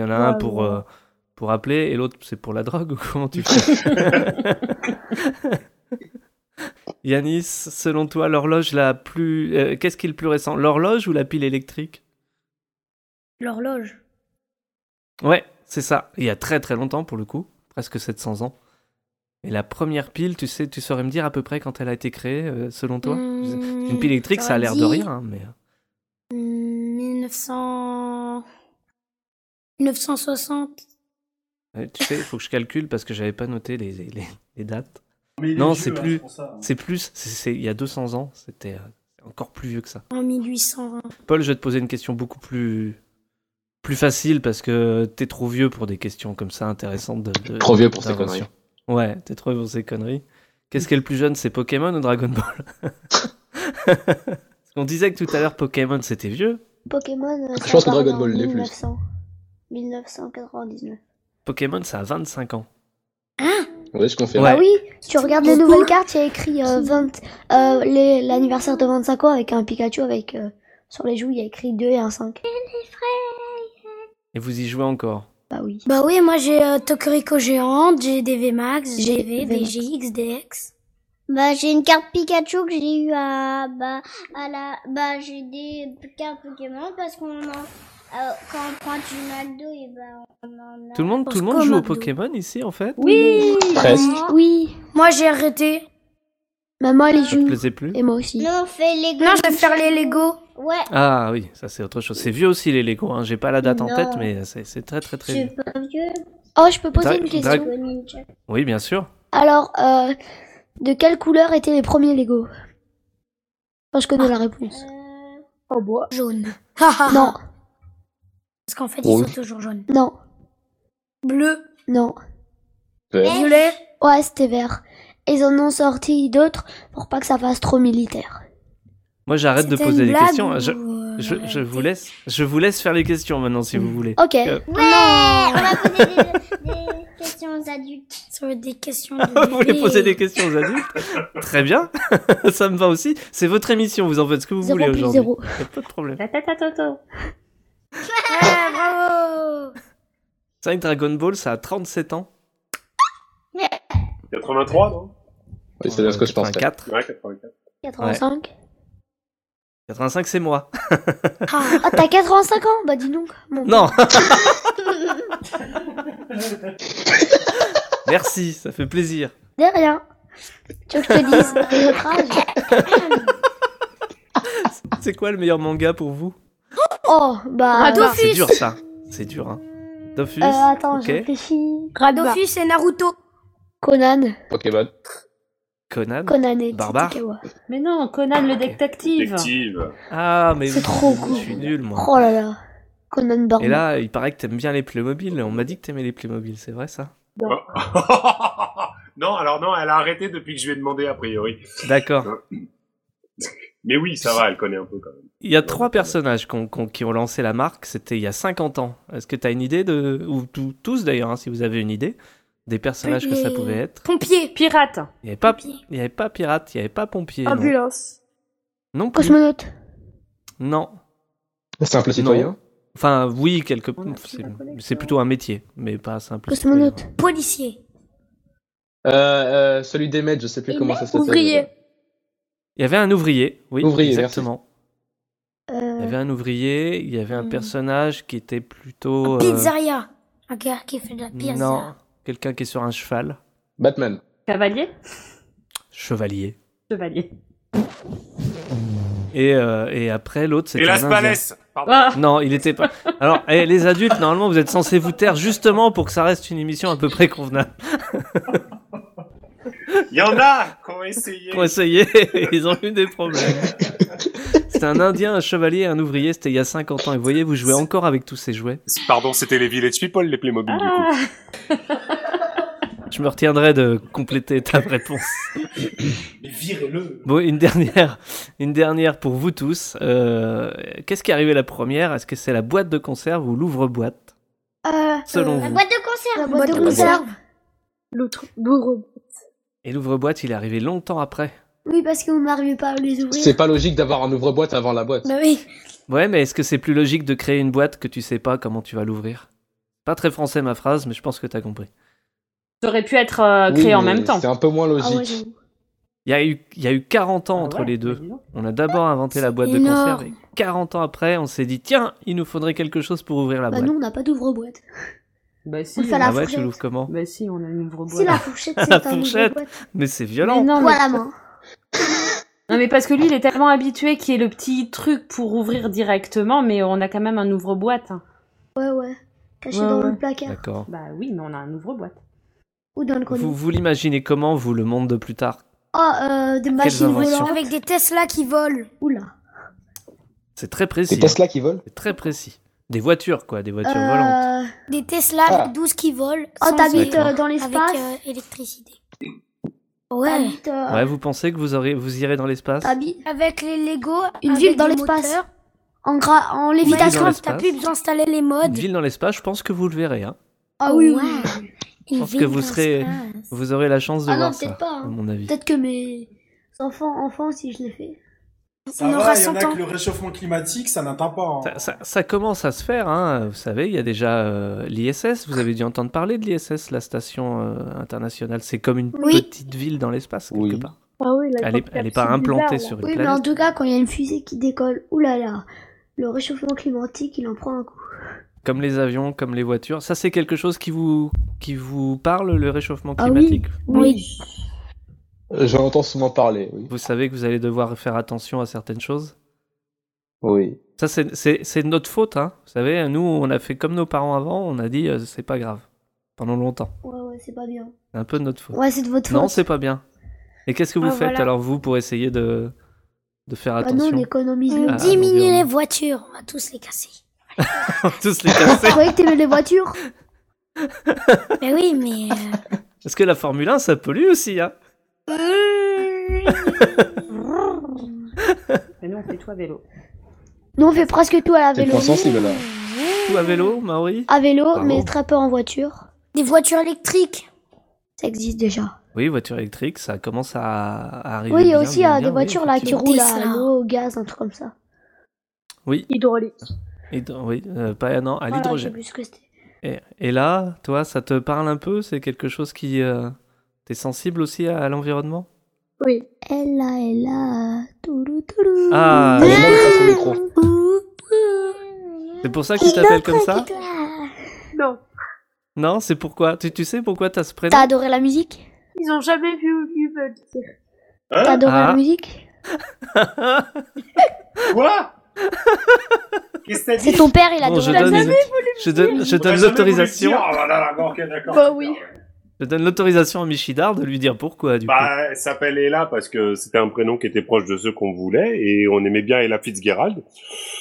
y en a un
Ouais,
pour,
ouais.
euh, pour appeler et l'autre, c'est pour la drogue ou comment tu fais Yanis, selon toi, l'horloge la plus. euh, Qu'est-ce qui est le plus récent L'horloge ou la pile électrique
L'horloge.
Ouais, c'est ça. Il y a très très longtemps pour le coup, presque 700 ans. Et la première pile, tu sais, tu saurais me dire à peu près quand elle a été créée, euh, selon toi
Mmh,
Une pile électrique, ça a l'air de
j'aurais dit-
rien, hein, mais.
Hmm, 1900... 1960.
euh, Tu sais, il faut que je calcule parce que j'avais pas noté les, les- les- les dates. non, c'est hein. plus. C'est plus. c'est- c'est- Il y a 200 ans, c'était euh, encore plus vieux que ça.
En 1820.
Paul, je vais te poser une question beaucoup plus. plus facile parce que t'es trop vieux pour des questions comme ça intéressantes. De, de-
Trop vieux pour ces
d'invention. Ouais, t'es trop vieux pour ces conneries. Qu'est-ce qui est le plus jeune C'est Pokémon ou Dragon Ball On disait que tout à l'heure Pokémon c'était vieux.
Pokémon. euh,
Je
ça
pense que
parle
Dragon
en
Ball l'est plus.
1900. 1999.
Pokémon ça a 25 ans.
Oui, je confirme.
Ouais.
Bah oui, tu regardes les
Surtout-
nouvelles cartes, il y a écrit euh, 20, euh, les- l'anniversaire de 25 ans avec un Pikachu avec euh, sur les joues, il y a écrit 2 et un 5.
Et vous y jouez encore.
Bah oui.
Bah oui, moi j'ai euh, Tokoriko géante, j'ai des VMAX, j'ai
J'ai
V, des
VMAX.
GX, des X.
Bah, j'ai une carte Pikachu que j'ai eu à, bah, à la, bah, j'ai des cartes Pokémon parce qu'on en, euh, quand on prend du McDo, et bah, on en a.
Tout le monde, tout le monde joue au Pokémon ici en fait
Oui
Presque.
Oui.
Moi j'ai arrêté.
Maman, elle y
Ça te
joue.
plaisait plus
Et moi aussi.
Nous, on fait les
Non, je vais faire les Lego.
Ouais,
Ah oui, ça c'est autre chose. C'est vieux aussi les Lego, hein. j'ai pas la date en
Non.
tête, mais c'est c'est très très
je
très
suis
vieux.
pas vieux.
Oh, je peux poser
Drag-
une question.
drag-
Go Ninja.
Oui, bien sûr.
Alors, euh, de quelle couleur étaient les premiers Lego Enfin, je connais la réponse.
Euh,
En bois.
Jaune. non.
Non,
Parce qu'en fait,
Rouge.
ils sont toujours jaunes.
non,
Bleu,
non.
Vert.
violet.
Ouais, c'était vert. Et Ils en ont sorti d'autres pour pas que ça fasse trop militaire.
Moi j'arrête de
C'était
poser
une
des
blague
questions.
ou,
Je,
euh,
je, je vous
t'es-
laisse, je vous laisse faire les questions maintenant si vous voulez.
Ok.
Euh,
Ouais, on va poser des, des questions aux adultes.
Ça va être des questions
Vous
de
voulez
bébé.
poser des questions aux adultes Très bien, ça me va aussi. C'est votre émission, vous en faites ce que vous
Zéro
voulez
plus
aujourd'hui.
zéro.
Y a Pas de problème.
La tête à Toto.
Ah, bravo
Ça, une Dragon Ball, ça a 37 ans.
83, non
Oui, c'est bien ce que je pensais.
84.
Ouais, 84.
85
85, c'est moi.
Ah,
Ah, t'as 85 ans Bah dis donc. Mon
Non Merci, ça fait plaisir.
De rien. Tu veux que je te dise notre âge
C'est quoi le meilleur manga pour vous
Oh, bah...
Ah,
bah,
C'est
Dofus.
dur ça. C'est dur, hein. Dofus.
euh, attends,
ok.
je réfléchis.
Radofus et Naruto.
Conan.
Pokémon.
Conan.
Conan et
Barbare.
Tsukukawa.
Mais non, Conan le détective.
Détective.
Ah, mais
C'est trop
je
cool.
suis nul, moi.
Oh là là. Conan Barbare.
Et là, il paraît que t'aimes bien les Playmobil. On m'a dit que t'aimais les Playmobil, c'est vrai ça
non, alors non, elle a arrêté depuis que je lui ai demandé, a priori.
D'accord.
Mais oui, ça va, elle connaît un peu quand même.
Il y a trois personnages qu'on- qu'on- qui ont lancé la marque, c'était il y a 50 ans. Est-ce que tu as une idée de, ou tou- tous d'ailleurs, hein, si vous avez une idée, des personnages que ça
Les-
pouvait être
Pompier.
Pirate.
Il n'y avait, pas-
Pompier.
il y avait pas pirate, il n'y avait pas pompier.
Ah,
non.
Ambulance.
Non, plus.
Cosmonaute.
Non.
Simple citoyen.
Enfin, oui, quelque
On a plus
c'est-
la collection.
C'est plutôt un métier, mais pas simple.
Cosmonaute.
Policier.
Euh, euh, celui des maîtres, je sais plus comment ça s'appelle.
Ouvrier.
Il y avait un ouvrier, oui.
Ouvrier,
exactement. Il y
Euh,
avait un ouvrier, il y avait un
Hmm.
personnage qui était plutôt. euh,
Pizzeria. Un gars qui fait de la pizza.
Non, quelqu'un qui est sur un cheval.
Batman.
Cavalier.
Chevalier.
Chevalier.
Et, euh, et après, l'autre, c'était.
Et
un
Las
Indien.
Palais Pardon.
Ah,
Non, il était pas. Alors, eh, les adultes, normalement, vous êtes censés vous taire justement pour que ça reste une émission à peu près convenable.
Il y en a qui ont essayé.
Pour essayer, ils ont eu des problèmes. C'était un Indien, un chevalier, un ouvrier, c'était il y a 50 ans. Et vous voyez, vous jouez encore avec tous ces jouets.
Pardon, c'était les Village People, les Playmobil, du coup.
ah.
Je me retiendrai de compléter ta réponse.
Mais virez-le
Bon, une dernière, une dernière pour vous tous. Euh, Qu'est-ce qui est arrivé la première Est-ce que c'est la boîte de conserve ou l'ouvre-boîte
euh,
Selon
La
vous.
boîte de conserve.
la boîte de
boîte de
conserve.
L'autre. Bourreau.
Et l'ouvre-boîte, il est arrivé longtemps après.
Oui, parce que vous n'arrivez pas à les
C'est
ouvrir.
pas logique d'avoir un ouvre-boîte avant la boîte.
Bah oui.
Ouais, mais est-ce que c'est plus logique de créer une boîte que tu sais pas comment tu vas l'ouvrir Pas très français ma phrase, mais je pense que t'as compris.
Ça aurait pu être euh,
Oui,
créé en
mais
même temps.
C'est un peu moins
Ah ouais,
logique.
j'avoue.
Il y a eu, il y a eu 40 ans
Ah
entre
ouais,
les
bah
deux.
dis donc.
On a d'abord inventé la boîte de
énorme.
conserve et 40 ans après, on s'est dit tiens, il nous faudrait quelque chose pour ouvrir la
Bah
boîte.
nous, on n'a pas d'ouvre-boîte.
Bah si.
On fait
on-
la
ah ouais, tu
fourchette.
l'ouvres comment
Bah si, on a une ouvre
Si la fourchette, c'est
La
un
fourchette.
ouvre-boîte.
Mais c'est violent.
Non, mais-
Voilà, main.
non, mais parce que lui, il est tellement habitué qu'il y ait le petit truc pour ouvrir directement, mais on a quand même un ouvre-boîte. hein.
Ouais, ouais. Caché
Ouais,
dans
ouais.
le placard
D'accord.
Bah oui, mais on a un ouvre-boîte.
ou dans le grenier.
Vous, vous l'imaginez comment vous le monde de plus tard
Oh, euh, des machines
inventions.
volantes.
Avec des Tesla qui volent.
Oula.
C'est très
C'est
précis. hein.
Tesla qui vole
C'est très précis. Des voitures quoi, des voitures volantes.
Euh...
Des Tesla
Ah.
avec 12 qui volent.
Oh,
sans
t'habites
huile,
euh, dans l'espace
Avec euh, électricité. Ouais.
T'habites... euh,
Ouais, vous pensez que vous aurez, vous irez dans l'espace
t'habites
Avec les Lego.
Une
avec
ville dans
des
l'espace.
moteurs.
En, gra... en
ville dans
lévitation.
Évidemment,
l'espace.
t'as plus besoin d'installer les modes.
Une ville dans l'espace, je pense que vous le verez. Hein.
Ah oui, oui.
Ouais. Une
pense que
ville
vous
dans
serez-
l'espace.
Vous aurez la chance de
Ah non,
voir ça,
peut-être pas, hein.
à mon avis.
Peut-être que mes enfants, enfants, si je l'ai fait.
On aura 100 ans.
le réchauffement climatique, ça n'atteint pas. hein.
Ça, ça- ça commence à se faire, hein. vous savez, il y a déjà euh, l'ISS, vous avez dû entendre parler de l'ISS, la station euh, internationale, c'est comme une
Oui.
petite ville dans l'espace, quelque
Oui.
part.
Ah oui, la
Elle est- elle est pas implantée sur une
Oui, mais
planète.
en tout cas, quand il y a une fusée qui décolle, oulala, le réchauffement climatique, il en prend un coup.
Comme les avions, comme les voitures. Ça, c'est quelque chose qui vous, qui vous parle, le réchauffement
Ah oui,
climatique
Oui.
Euh, J'en entends souvent parler, oui.
Vous savez que vous allez devoir faire attention à certaines choses
Oui.
Ça, c'est- c'est c'est de notre faute, hein. Vous savez, nous, on a fait comme nos parents avant, on a dit, euh, c'est pas grave. Pendant longtemps.
Ouais, ouais, c'est pas bien.
C'est un peu de notre faute.
Ouais, c'est de votre
Non,
faute.
c'est pas bien. Et qu'est-ce que vous
Ah,
faites
voilà.
alors, vous, pour essayer de, de faire
Bah non,
attention
on économise
Ah,
le
ah, l'environnement.
Diminuer les voitures, on va tous les casser.
Tous les
Vous
casser.
croyez que t'aimais les voitures
Mais oui, mais. euh,
Parce que la Formule 1, ça pollue aussi, hein.
Mais nous, on fait tout à vélo.
Nous, on fait presque tout à la
T'es
vélo.
point sensible là.
Tout à vélo, Maori
À vélo,
Pardon.
mais très peu en voiture.
Des voitures électriques.
Ça existe déjà.
Oui, voiture électrique, ça commence à, à arriver.
oui, il y a
Ah, bien,
aussi
bien,
euh,
bien,
des
oui,
voitures là qui
effectivement.
roulent à
Tesla.
l'eau, au gaz, un truc comme ça.
Oui,
hydraulique.
et dans- oui euh, pas non, à
Voilà,
l'hydrogène.
je sais plus ce que c'était.
Et, et là, toi, ça te parle un peu C'est quelque chose qui... euh, T'es sensible aussi à, à l'environnement
Oui.
Elle a, elle a, tourou, tourou.
Ah,
Ah, j'ai mal fait son micro.
Ah.
c'est pour ça qu'il t'appelle comme ça
Non.
Non, c'est pourquoi tu, tu sais pourquoi t'as ce prénom
T'as adoré la musique
Ils ont jamais vu Ubu me le dire.
T'as adoré
Ah.
la musique
Quoi Qu'est-ce que t'as dit
C'est ton père, il a
Bon, je
adoré la
donne,
musique.
les- je donne, je
On t'a
donne
jamais voulu le
l'autorisation.
dire. Ah là là, d'accord, ok, d'accord.
Bah oui.
Je donne l'autorisation à Michidar de lui dire pourquoi. Du coup.
Bah, elle s'appelle Ella parce que c'était un prénom qui était proche de ceux qu'on voulait et on aimait bien Ella Fitzgerald.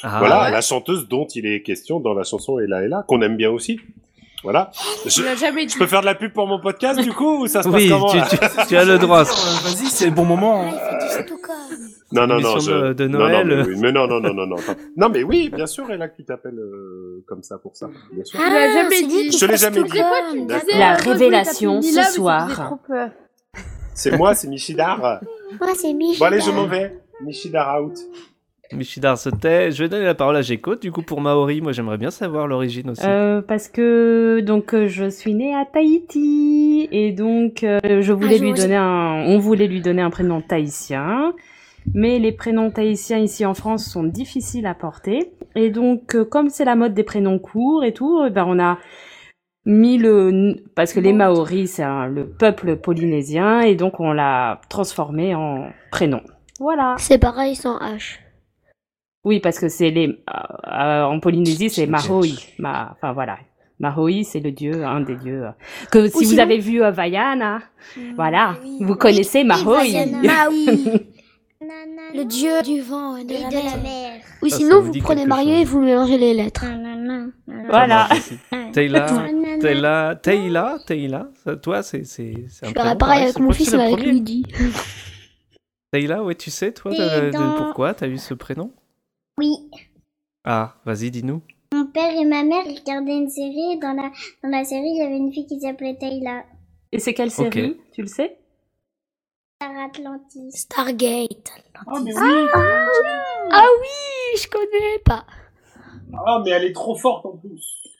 Ah,
voilà, la chanteuse dont il est question dans la chanson Ella Ella, qu'on aime bien aussi. Voilà.
Tu
Je,
l'as jamais dit.
je peux faire de la pub pour mon podcast du coup ou ça se
Oui,
passe comment
tu,
là
tu- tu as le droit.
Vas-y, c'est le bon moment. hein.
Non, non, non.
Émission
je-
de- de
non, non,
Noël.
mais oui, mais non, non, non, non, non. attends. Non, mais oui, bien sûr, Ella qui t'appelle euh, comme ça pour ça. Bien sûr.
Ah.
Tu
Ah,
l'as jamais
c'est lui
dit.
qui
Je l'ai
fasse
jamais
tout
dit.
comme.
Tu me
D'accord.
disais,
La
euh, Roswell,
révélation
t'as fait
ce
Mila, mais ça
soir.
faisait trop peur.
C'est moi, c'est Michidar.
Moi, c'est Michel.
Bon, allez, je m'en vais. Michidar out.
Michidar se tait. Je vais donner la parole à Gecko. Du coup, pour Maori, moi j'aimerais bien savoir l'origine aussi.
Euh, parce que donc euh, je suis née à Tahiti et donc euh, je voulais
Ah,
lui
j'ose.
donner un, on voulait lui donner un prénom tahitien, mais les prénoms tahitiens ici en France sont difficiles à porter et donc euh, comme c'est la mode des prénoms courts et tout, eh ben on a mis le parce que les Maoris c'est un- le peuple polynésien et donc on l'a transformé en prénom. Voilà.
C'est pareil sans H.
Oui, parce que c'est les euh, euh, en Polynésie, c'est Mahoi. Ma, enfin voilà, Mahoi, c'est le dieu, un des dieux. euh, Que si vous
sinon-
avez vu euh, Vaiana,
Ah
voilà, vous connaissez
Oui,
Mahoi.
Vaiana. Ah oui. Le
Le
dieu du vent et de
et
la
de la
mer.
mer.
Ou
Ça, ça
sinon,
vous
vous
dit
prenez
quelque
Mario
chose.
et vous mélangez les lettres.
Nanana, nanana.
Voilà.
Taylor,
Nanana.
Taylor, Taylor, Taylor. Ça, Toi, c'est c'est c'est un
Je
prénom
ferais pareil avec
c'est
mon
quoi,
fils,
c'est le
mais avec
premier
Luigi.
Taylor, ouais, tu sais, toi,
Et
t'as- de-
dans-
pourquoi t'as eu ce prénom
Oui,
Ah, vas-y, dis-nous.
mon père et ma mère regardaient une série et dans la, dans la série, il y avait une fille qui s'appelait Taylor.
Et c'est quelle série Tu le sais
Star Atlantis.
Stargate.
Oh, mais oui.
Ah oui, je connais pas.
Ah, mais elle est trop forte en plus.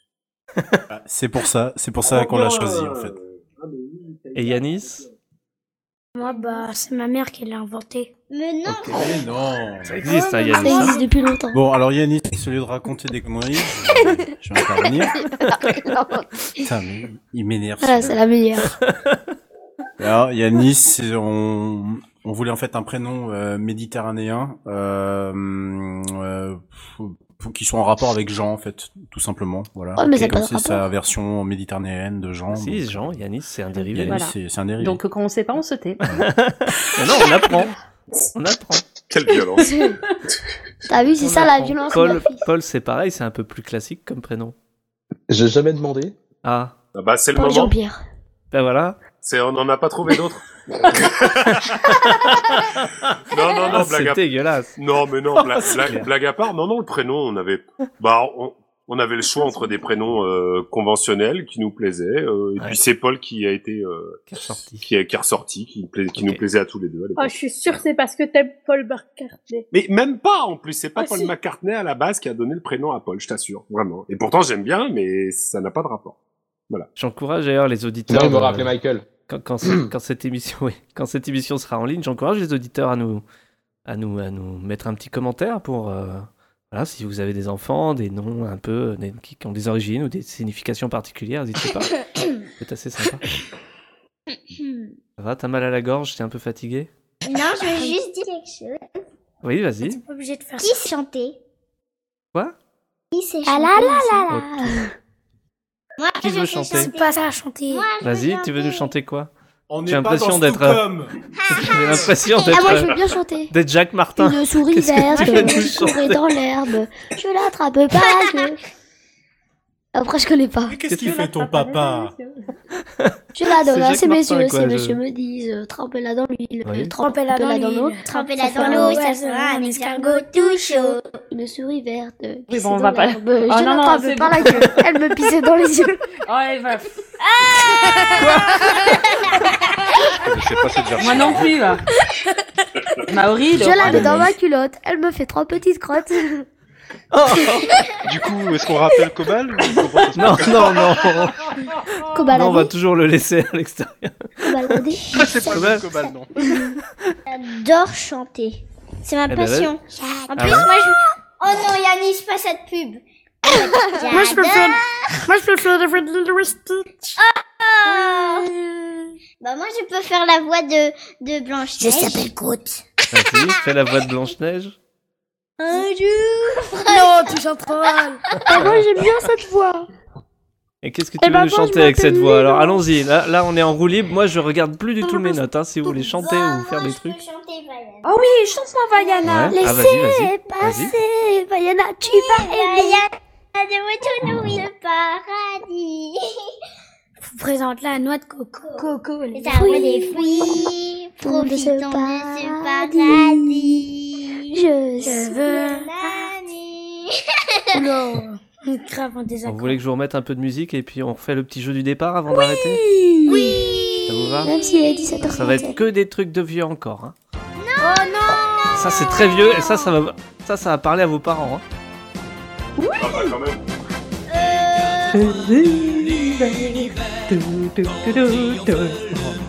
Ah, C'est pour ça, c'est pour ça qu'on l'a choisi en fait.
Ah,
Et Yanis
Moi, bah, c'est ma mère qui l'a inventé.
Mais non,
Oh.
Eh non.
Ça existe, hein,
Ça
Yanis. hein.
existe depuis longtemps.
Bon, alors Yannis, au lieu de raconter des conneries, je vais- je vais intervenir. Putain, mais il m'énerve.
Ah, c'est la meilleure.
Alors, Yanis, c'est- on, on voulait en fait un prénom euh, méditerranéen euh, euh, pour- pour- qui soit en rapport avec Jean, en fait, tout simplement. Voilà.
Ouais, mais
Et
ça a
comme
pas de
c'est sa version méditerranéenne de Jean.
Si,
donc,
Jean, Yanis, c'est un
Yanis,
dérivé.
Voilà.
c'est c'est un dérivé.
Donc quand on sait pas, on se tait.
Mais non, on apprend. On apprend.
Quelle violence.
T'as vu,
On
c'est ça Ah, la
apprend.
violence.
Paul,
ma fille.
Paul c'est pareil, c'est un peu plus classique comme prénom.
J'ai jamais demandé.
Ah,
Ah bah, c'est le
Paul
moment.
Jean-Pierre.
ben voilà.
C'est, on n'en a pas trouvé d'autres. non, non,
Ah,
non,
c'est
blague à
dégueulasse.
Non, mais non, bla- blague, blague à part. Non, non, le prénom, on avait, bah, on, on avait le choix entre des prénoms euh, conventionnels qui nous plaisaient, euh, et
Ouais.
puis c'est Paul qui a été, euh,
Qui est ressorti.
qui, a- qui est ressorti, qui, pla- qui
Ok.
nous plaisait à tous les deux.
Ah,
à l'époque.
Oh, je suis sûre que c'est parce que t'aimes Paul McCartney.
Mais même pas, en plus, c'est pas
Ah,
Paul
si.
McCartney à la base qui a donné le prénom à Paul, je t'assure, vraiment. Et pourtant, j'aime bien, mais ça n'a pas de rapport.
J'encourage d'ailleurs les
Non,
auditeurs.
il
de-
m'aurait appelé Michael.
quand, quand, ce- quand cette émission, oui, quand cette émission sera en ligne, j'encourage les auditeurs à nous, à nous, à nous mettre un petit commentaire pour, euh, voilà, si vous avez des enfants, des noms un peu, euh, des- qui, qui ont des origines ou des significations particulières, n'hésitez pas. C'est assez sympa. Ça va, t'as mal à la gorge, t'es un peu fatigué
Non, je vais juste dire quelque chose.
Oui, vas-y.
Pas obligé de faire Qui sait chanter
Quoi
Qui sait
Ah
chanter
là là
aussi
là
Moi,
Qui
je
veut
sais
chanter
C'est pas ça à chanter.
Vas-y, tu veux nous chanter quoi
On
J'ai
n'est pas dans
l'impression d'être,
Stockholm.
euh, J'ai l'impression
Ah,
d'être.
moi, je veux
euh,
bien chanter.
D'être Jacques Martin.
Une souris
Qu'est-ce que
verte
tu vas nous
qui courait
chanter
dans l'herbe. Je l'attrape pas. Je... Après, je connais pas.
Qu'est-ce qu'il fait ton papa
Je
C'est
la donne à
Jacques
ces
Martin,
messieurs.
quoi,
Ces
je-
messieurs me disent euh, trempez-la dans l'huile.
Oui.
euh, Trempez-la dans l'eau.
Trempez-la dans l'eau, ça sera un escargot tout chaud.
Une souris verte. euh, qui
Oui,
s'est
bon, on
dans
va pas.
l'herbe. Je
Oh, non, non,
l'attrape
c'est
par
bon.
la queue. Elle me pissait dans les yeux.
Oh, elle va.
Je sais pas cette version.
Moi non plus, là. Maori, le
Je
roi
l'avais
de
dans
la-
ma culotte. Elle me fait trois petites crottes.
Oh.
Du coup, est-ce qu'on rappelle Cobal ou comment ça se
Non,
passe
non, non.
Cobal
Non, on va
Adé.
toujours le laisser à l'extérieur.
Bah,
Cobal Adé.
Ah,
Ah, C'est pas le Cobal, non.
J'adore chanter. C'est ma
Eh ben,
passion. En plus,
Ah ouais
moi, je... Oh non, Yannis, pas cette pub.
Moi, je peux faire. Moi, je peux faire la voix de Lilo et Stitch.
Bah moi je peux faire la voix de, de Blanche. Je s'appelle Groot.
Vas-y, fais la voix de Blanche-Neige.
Un jour.
Non, tu chantes trop mal.
Ah, moi, j'aime bien cette voix.
Et qu'est-ce que tu
Eh
veux
ben,
nous
moi,
chanter
je
avec cette
m'appelle
voix
Lilo.
Alors allons-y, là, là on est en roue libre, moi je regarde plus
Ah,
du tout mes notes, hein, si vous voulez chanter ou faire des trucs.
bah,
Oh oui, chante-moi Vaiana.
Ouais. Ah, vas-y,
Laissez
vas-y,
passer. Vaiana, tu
Bah,
vas
eh ben,
aimer.
Vaiana de retour oui, le paradis.
Je vous présente la noix de coco. Coco,
Les arbres, les fruits,
Tombe de ce
profitons de ce
paradis.
paradis.
Je
Je
veux.
veux.
Nanani.
Non, grave en
Vous
désaccord.
voulez que je vous remette un peu de musique et puis on refait le petit jeu du départ avant d'arrêter
Oui.
Ça vous va
Même s'il est 17h37.
Ça va être que des trucs de vieux encore. hein.
Oh non
Ça c'est très vieux et ça ça va, ça, ça va parler à vos parents. hein.
Ah bah quand même.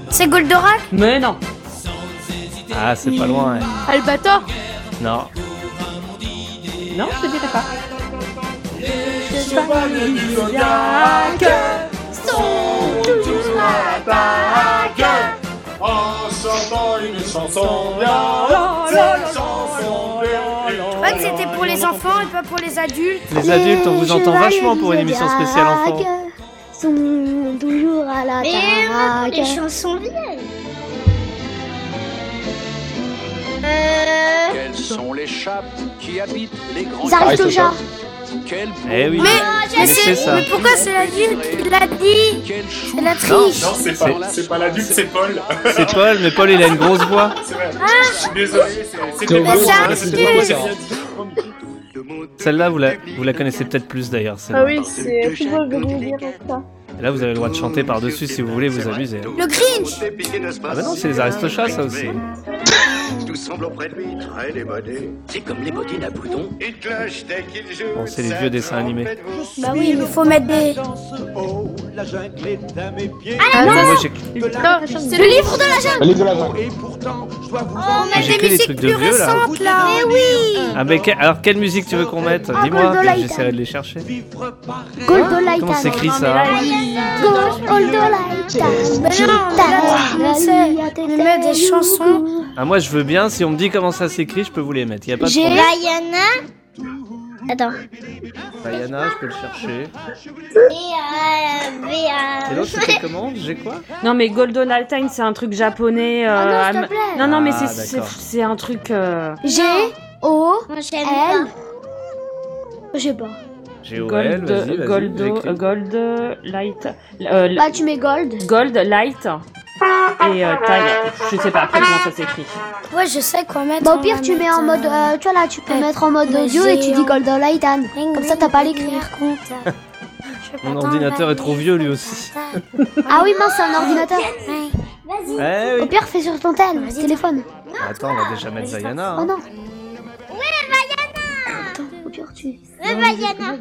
C'est Goldorak
Mais non.
Ah c'est pas loin. ouais.
Albator
Non.
Non, je te dirai pas.
En chantant une chanson bien, cette chanson bien.
Ouais, que c'était
oh,
pour les enfants et pas pour les adultes.
Les adultes on vous entend
chevaliers
vachement pour une émission
zodiaques
spéciale enfant.
Sont toujours à la
Mais euh, les
taille.
chansons vieilles. Euh...
Quelles sont les chattes qui habitent les grands
Ils arrivent au chat.
Quel
Eh oui. hein.
Mais, mais,
Mais c'est
c'est-
ça.
mais pourquoi c'est l'adulte qui l'a dit C'est la Ah.
Non, non
triche.
c'est pas, c'est pas l'adulte, c'est Paul.
C'est Paul, mais Paul il a une grosse voix.
C'est vrai. Je
Ah.
suis désolé, c'est- c'était
Mais
pas
ça,
moi, c'était pas moi qui
c'est-
l'ai dit.
Celle-là vous la, vous la connaissez peut-être plus d'ailleurs.
Ah
celle-là.
oui, c'est. Tu vois, je vais dire ça.
Et Là vous avez le droit de chanter par dessus si vous voulez vous amuser.
Le Grinch
Ah bah non c'est les Aristochats ça aussi.
Tout semble auprès de lui très démodé. C'est comme les modines à boudon. Une cloche dès qu'il joue.
Bon c'est les vieux dessins animés.
Bah oui, il faut mettre des.
Ah,
non.
moi, j'ai-
C'est le livre de la jungle Oh,
Le livre de la jungle.
On met
j'ai
des
que des
musiques
trucs de
plus
vieux, là.
récentes là Mais oui
Ah mais que- alors quelle musique tu veux qu'on mette
Ah,
Dis-moi,
Goldorak.
puis j'essaierai de les chercher.
Goldolite.
Comment s'écrit
Mais
ça
là,
Ah,
Goldolite.
Mais non, mais là, on sait. On met des chansons.
Ah moi je veux bien, si on me dit comment ça s'écrit, je peux vous les mettre, y a pas de
J'ai
problème.
Vaiana. Attends.
Diana, Bah, je peux le chercher.
Euh,
Oh
Et l'autre
B-A-B-A.
c'était comment J'ai quoi
Non mais Golden Altine c'est un truc japonais. euh,
Ah non, s'il te
am-
plaît.
non, non, mais
Ah,
c'est- c'est
d'accord.
c'est un truc. euh,
G O
Moi j'aime
L.
pas.
Je sais pas.
J'ai
Gold,
vas-y, vas-y.
Gold, euh,
j'écris.
Gold, Light, euh, l-
Bah tu mets Gold.
Gold, Light et euh, Time. Je sais pas comment ça s'écrit.
Ouais, je sais quoi mettre.
Bah au
on
pire
va
tu mets
mettre,
en mode,
euh,
euh, tu vois là tu peux
euh,
mettre en mode
le
audio et tu
géant.
dis Goldolite. Anne. Comme ça t'as pas à l'écrire.
Mon ordinateur est trop vieux lui aussi.
Ah oui mince c'est un ordinateur.
Vas-y.
Eh
Au
oui.
pire fais sur ton tel, téléphone.
Attends, on va déjà mettre Diana.
Oh
hein.
non. Ouais Vaiana. Attends au pire tu.
Le Vaiana.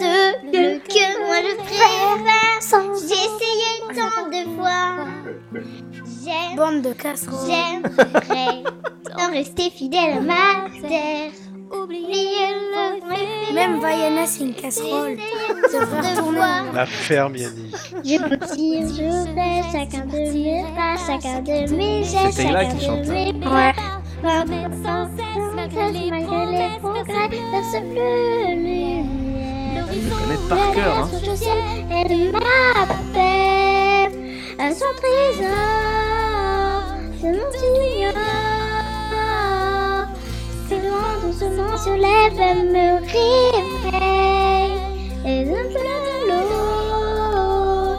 De le que moi je préfère.
Sans
J'ai essayé
bande de casseroles.
J'aimerais en rester fidèle à ma terre. Oubliez le
Même Vaiana, c'est une casserole. devrait retourner.
La ferme, Yannis.
Je peux dire, je fais chacun de mes pas, chacun de mes gestes,
C'est Taylor
chacun
qui
de
chante.
mes pas. Pardon sans cesse, malgré les malgré les progrès, verse plus lumière.
connais par cœur, hein.
L'horizon ciel, elle m'appelle à son trésor. C'est mon trésor. C'est loin doucement se lève et me réveille. Et un peu de l'eau.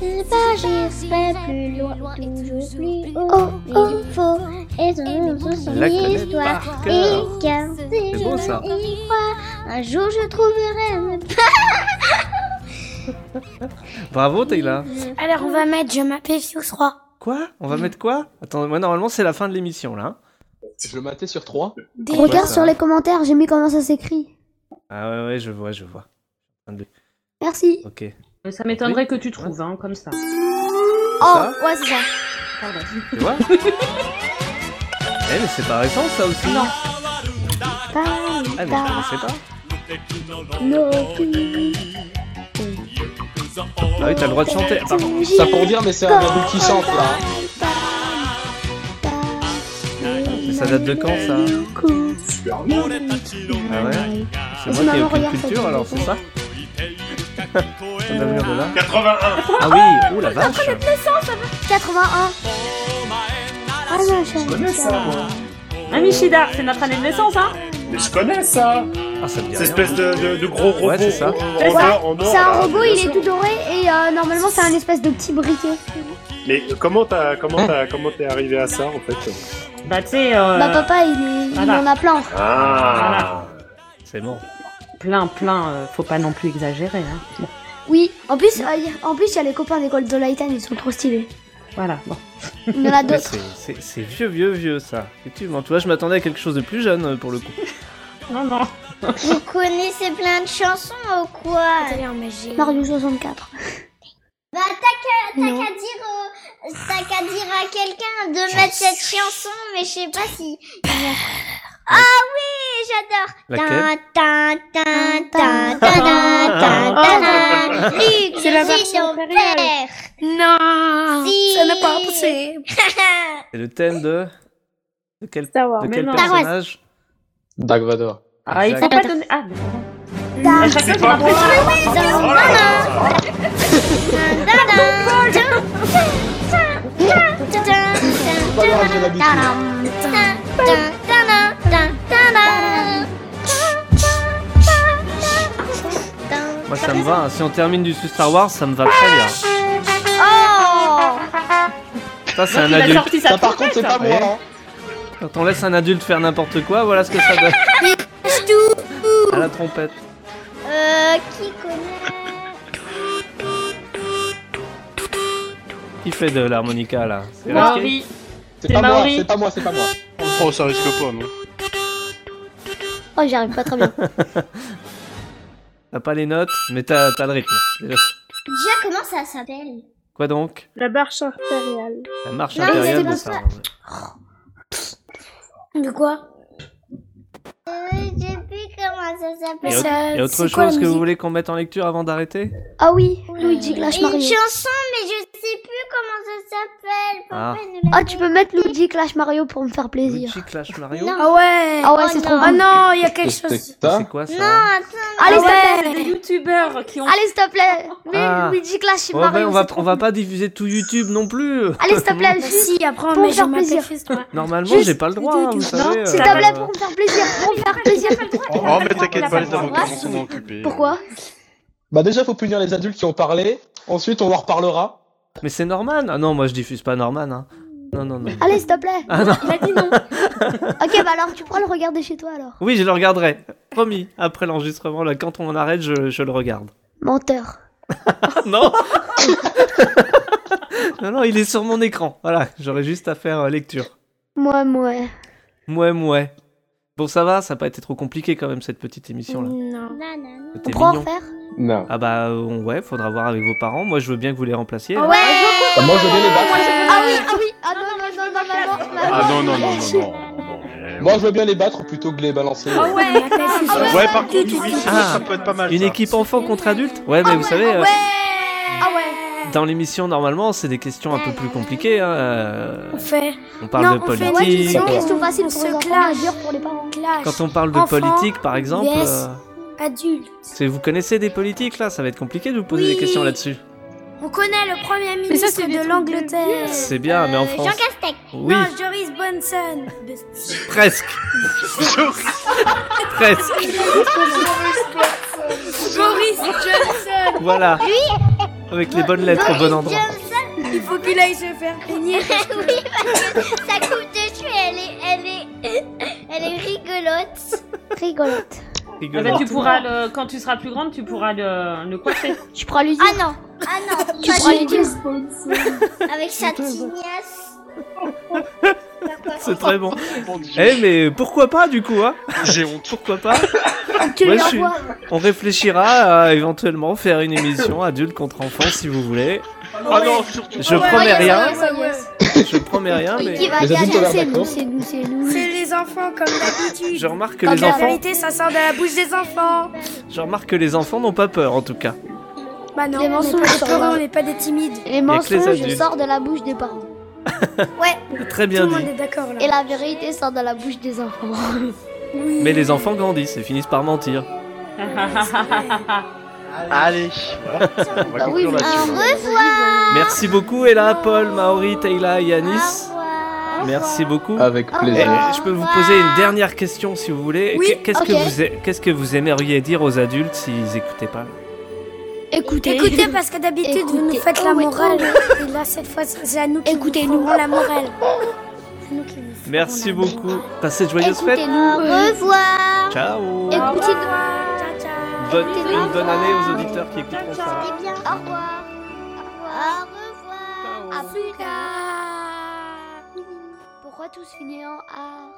C'est pas j'irai plus loin, toujours plus
Oh,
haut. Il faut et son sous son
La connaît
histoire.
par
Et
cœur.
car
C'est beau, ça.
y crois, un jour je trouverai un
Bravo, Taylor.
Alors, on va mettre Je m'appelle Fius Roy.
Quoi On va mettre quoi Attends, moi normalement c'est la fin de l'émission là.
Je le matais sur 3.
Regarde sur les commentaires, j'ai mis comment ça s'écrit.
Ah ouais, ouais, je vois, je vois. Un, deux.
Merci.
Ok.
Mais ça m'étonnerait que tu trouves, hein, comme ça.
Ça
ouais, c'est ça.
Pardon.
Tu vois Eh, mais c'est pas récent ça aussi Non. Ah, mais je pensais pas.
No.
Ah oui, t'as le droit de chanter. Par contre,
Ça pour dire, mais c'est un verbe qui chante là.
mais ça date de quand ça Ah ouais
Et
C'est
c'est
moi qui ai aucune
maman, regarde, ça,
culture
tu
alors,
vois
c'est ça Ça doit venir de là
81
Ah oui Oh la vache
81.
Oh,
Ah non, je connais
ça, moi.
Ah, Michida, c'est notre année de naissance, hein
Mais je connais ça
Ah, ça me dit
Cette
rien.
espèce de, de, de gros robot.
Ouais, c'est ça.
en- en or,
C'est un
là.
robot, il est tout doré et euh, normalement c'est un espèce de petit briquet.
Mais comment t'as comment t'as comment t'es arrivé à ça en fait
Bah, tu sais,
Bah papa, il, est- il
voilà.
en a plein.
Ah
C'est bon.
plein, plein, euh, faut pas non plus exagérer, hein. Bon,
Oui, en plus, euh, y a- en plus il y a les copains d'école de Lightan, ils sont trop stylés.
voilà, bon.
Il y en a
Ouais,
d'autres.
c'est- c'est c'est vieux, vieux, vieux ça. Effectivement, tu vois, je m'attendais à quelque chose de plus jeune euh, pour le coup.
Non, non.
Vous connaissez plein de chansons ou quoi
Mario 64.
Bah t'as qu'à t'as qu'à dire euh, t'as qu'à dire à quelqu'un de mettre cette chanson mais je sais pas si Ah oui, j'adore.
Laquelle
Tin, tin, tin, tin, tin, tin, tin, tin. Luc,
C'est la
je suis
version
ton père.
Non,
Si.
ce n'est pas possible.
C'est le thème de. De quel,
Star
Oh,
Wars.
de
Mais
quel
non.
personnage
Dark Vador.
Ah, il faut
Exact.
pas donner. Ah, d'accord. À chaque fois, j'ai l'impression.
Pas grave, j'ai l'habitude.
Moi ça me va, hein. si on termine du Star Wars, ça me va très bien. Ça c'est un
Il a
adulte.
sorti sa
Ça, par contre, c'est pas moi.
Ouais.
hein.
Quand on laisse un adulte faire n'importe quoi, voilà ce que ça donne. à la trompette.
Euh, qui connaît
Qui fait de l'harmonica là C'est
Ah
risqué
oui.
C'est
C'est
pas moi,
Maori.
c'est pas moi, c'est pas moi.
Oh, ça risque pas, non
Oh, j'y arrive pas très bien.
T'as pas les notes, mais t'as t'as le rythme. Déjà, c'est-
Déjà, comment ça s'appelle
Quoi donc
La barche impériale.
La marche
Non,
impériale
mais
de
c'est
ça.
pas
De quoi
Euh, Je sais plus comment ça
Et,
s'appelle.
autre-
ça-
et autre
c'est quoi la
chose que vous
musique
voulez qu'on mette en lecture avant d'arrêter
Ah oui, Luigi Clash
Une
Mario.
chanson, mais je sais plus comment ça s'appelle.
Ah.
Papa, il nous l'a
Ah, tu peux mettre Luigi Clash Mario pour me faire plaisir.
Luigi Clash Mario
Non.
Ah ouais
Ah ouais,
Oh
c'est trop
Ah
bon.
non, il y a quelque chose.
C'est ça
C'est quoi ça hein
dit. Non, attends.
Allez, s'il te plaît.
Ouais, les youtubeurs qui ont.
Allez, s'il te plaît. Mais
Ah.
Luigi Clash
Oh, ouais,
Mario.
on va,
c'est trop
on va pas diffuser tout YouTube non plus.
Allez, s'il te plaît, juste.
Si, après,
Pour
on met Je
faire
m'appelle
plaisir.
Fius Roy.
Normalement, j'ai pas le droit, hein, vous savez. euh,
S'il te plaît, pour me faire plaisir. Pour me faire plaisir.
Oh, oh, mais t'inquiète pas, les avocats
Ouais.
vont s'en occuper.
Pourquoi
Bah, déjà, faut punir les adultes qui ont parlé. Ensuite, on leur parlera.
Mais c'est Norman. Ah non, moi je diffuse pas Norman. Hein. Non, non, non.
Allez, s'il te plaît.
Ah non.
Il a dit non. ok, bah alors, tu pourras le regarder chez toi alors.
Oui, je le regarderai. Promis. Après l'enregistrement, là, quand on arrête, je, je le regarde.
Menteur.
Ah, non Non, non, il est sur mon écran. Voilà, j'aurais juste à faire euh, lecture.
Moi, moi.
Mouais, mouais. Bon, ça va, ça n'a pas été trop compliqué quand même cette petite émission là.
Non.
Nanana.
On
C'était
pourra en
mignon.
refaire
Non.
Ah bah euh, ouais,
Ah,
Bah,
faudra voir avec vos parents. Moi je veux bien que vous les remplaciez. là.
Moi, je vais les battre.
Ah oui, ah oui, ah non,
Ah non, non, non, non, non.
Moi, je veux bien les battre plutôt que les balancer.
Oh.
Ah ouais. Ah ouais,
Ouais,
par contre, oui, oui,
Ah,
ça peut être pas mal.
une
ça.
équipe enfant contre adulte Ah Ouais, mais vous savez, euh,
Ah ouais.
dans l'émission, normalement, c'est des questions un peu plus compliquées. hein, euh,
On fait.
On parle
non,
de politique.
On fait une question,
on-
question facile pour
se
les enfants,
clash.
mais dure pour les parents. Clash.
Quand on parle de
Enfant,
politique, par exemple,
yes,
euh,
Adulte.
c'est- vous connaissez des politiques là Ça va être compliqué de vous poser
Oui.
des questions là-dessus.
On connaît le premier
Mais ça,
ministre
c'est des
de
trucs
l'Angleterre.
C'est bien, mais en France.
Jean Castex.
Oui.
Non, Joris Bonson.
Presque. Presque.
Boris Johnson.
Voilà. Avec les bonnes lettres au bon endroit.
Johnson. Il faut qu'il aille se faire peigner.
oui, parce que sa coupe de cheveux, elle est, elle est, elle est rigolote.
Rigolote.
Ah bah, tu pourras le, quand tu seras plus grande, tu pourras le, le coiffer.
Tu prends l'usine.
Ah non, ah non,
Tu
pas
prends
du
les
tout. Avec sa tignasse.
C'est très bon. Eh mais pourquoi pas du coup hein J'ai honte. Pourquoi pas
Tu
Moi,
lui
je suis-
envoies.
On réfléchira à éventuellement faire une émission adulte contre enfant si vous voulez.
Ah non, surtout.
Je
pas.
promets rien.
C'est
Je promets rien Ah, mais
nous, c'est nous, c'est nous. C'est les enfants comme d'habitude.
je remarque que
Quand
les
la
enfants,
vérité, ça sort de la bouche des enfants.
je remarque que les enfants n'ont pas peur en tout cas.
Bah non,
Les
on n'est
mensonges
pas des
sortent.
peureux, on n'est pas des timides.
Les
Y'a que les
mensonges
adultes.
sortent de la bouche des parents.
Très bien dit.
d'accord
Et la vérité sort de la bouche des enfants.
Ah, Mais les enfants grandissent et finissent par mentir. Allez.
bah
On va conclure là-dessus.
Merci beaucoup Ella, Paul, Maori, Taylor, Yanis. Merci beaucoup.
Ah.
Avec plaisir.
Et je peux vous poser une dernière question si vous voulez.
Oui,
Qu'est- Qu'est-ce que
ok.
vous a- qu'est-ce que vous aimeriez dire aux adultes s'ils écoutaient pas
Écoutez.
Écoutez, parce que d'habitude, vous nous
Écoutez.
faites la
Oh, ouais,
morale.
oh,
Et là, cette fois, c'est à nous qui Écoutez-nous. vous ferons la morale.
Merci beaucoup. Passez de joyeuses fêtes.
Écoutez-nous.
Au revoir.
Ciao.
Écoutez-nous.
Bonne, une bonne année aux auditeurs qui écoutent ça.
C'était bien. Au revoir. Au revoir. À plus tard.
Pourquoi tous finir en A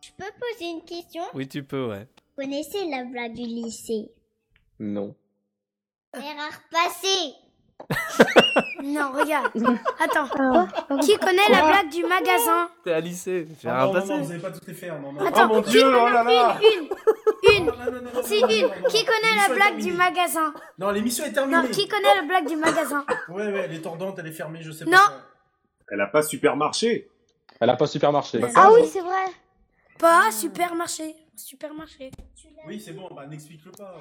Je peux poser une question
Oui, tu peux, ouais.
Vous connaissez la blague du lycée
Non.
Erreur passée.
Non, regarde. Attends. Qui connaît la blague du magasin
T'es à lycée. J'ai
Ah
rien
non, non,
passé.
non, vous avez pas toutes les faire, non, non.
Attends,
oh mon
qui
dieu,
connaît-
oh là là
Une, une, une. C'est une. Qui connaît la blague du magasin
Non, l'émission est terminée.
Non, qui connaît la blague du magasin
Ouais, ouais, elle est tordante, elle est fermée, je sais
Non.
pas.
Elle a pas supermarché.
Elle a pas supermarché.
Ah oui,
c'est vrai.
Pas supermarché. Supermarché.
Oui, c'est bon, bah n'explique-le pas.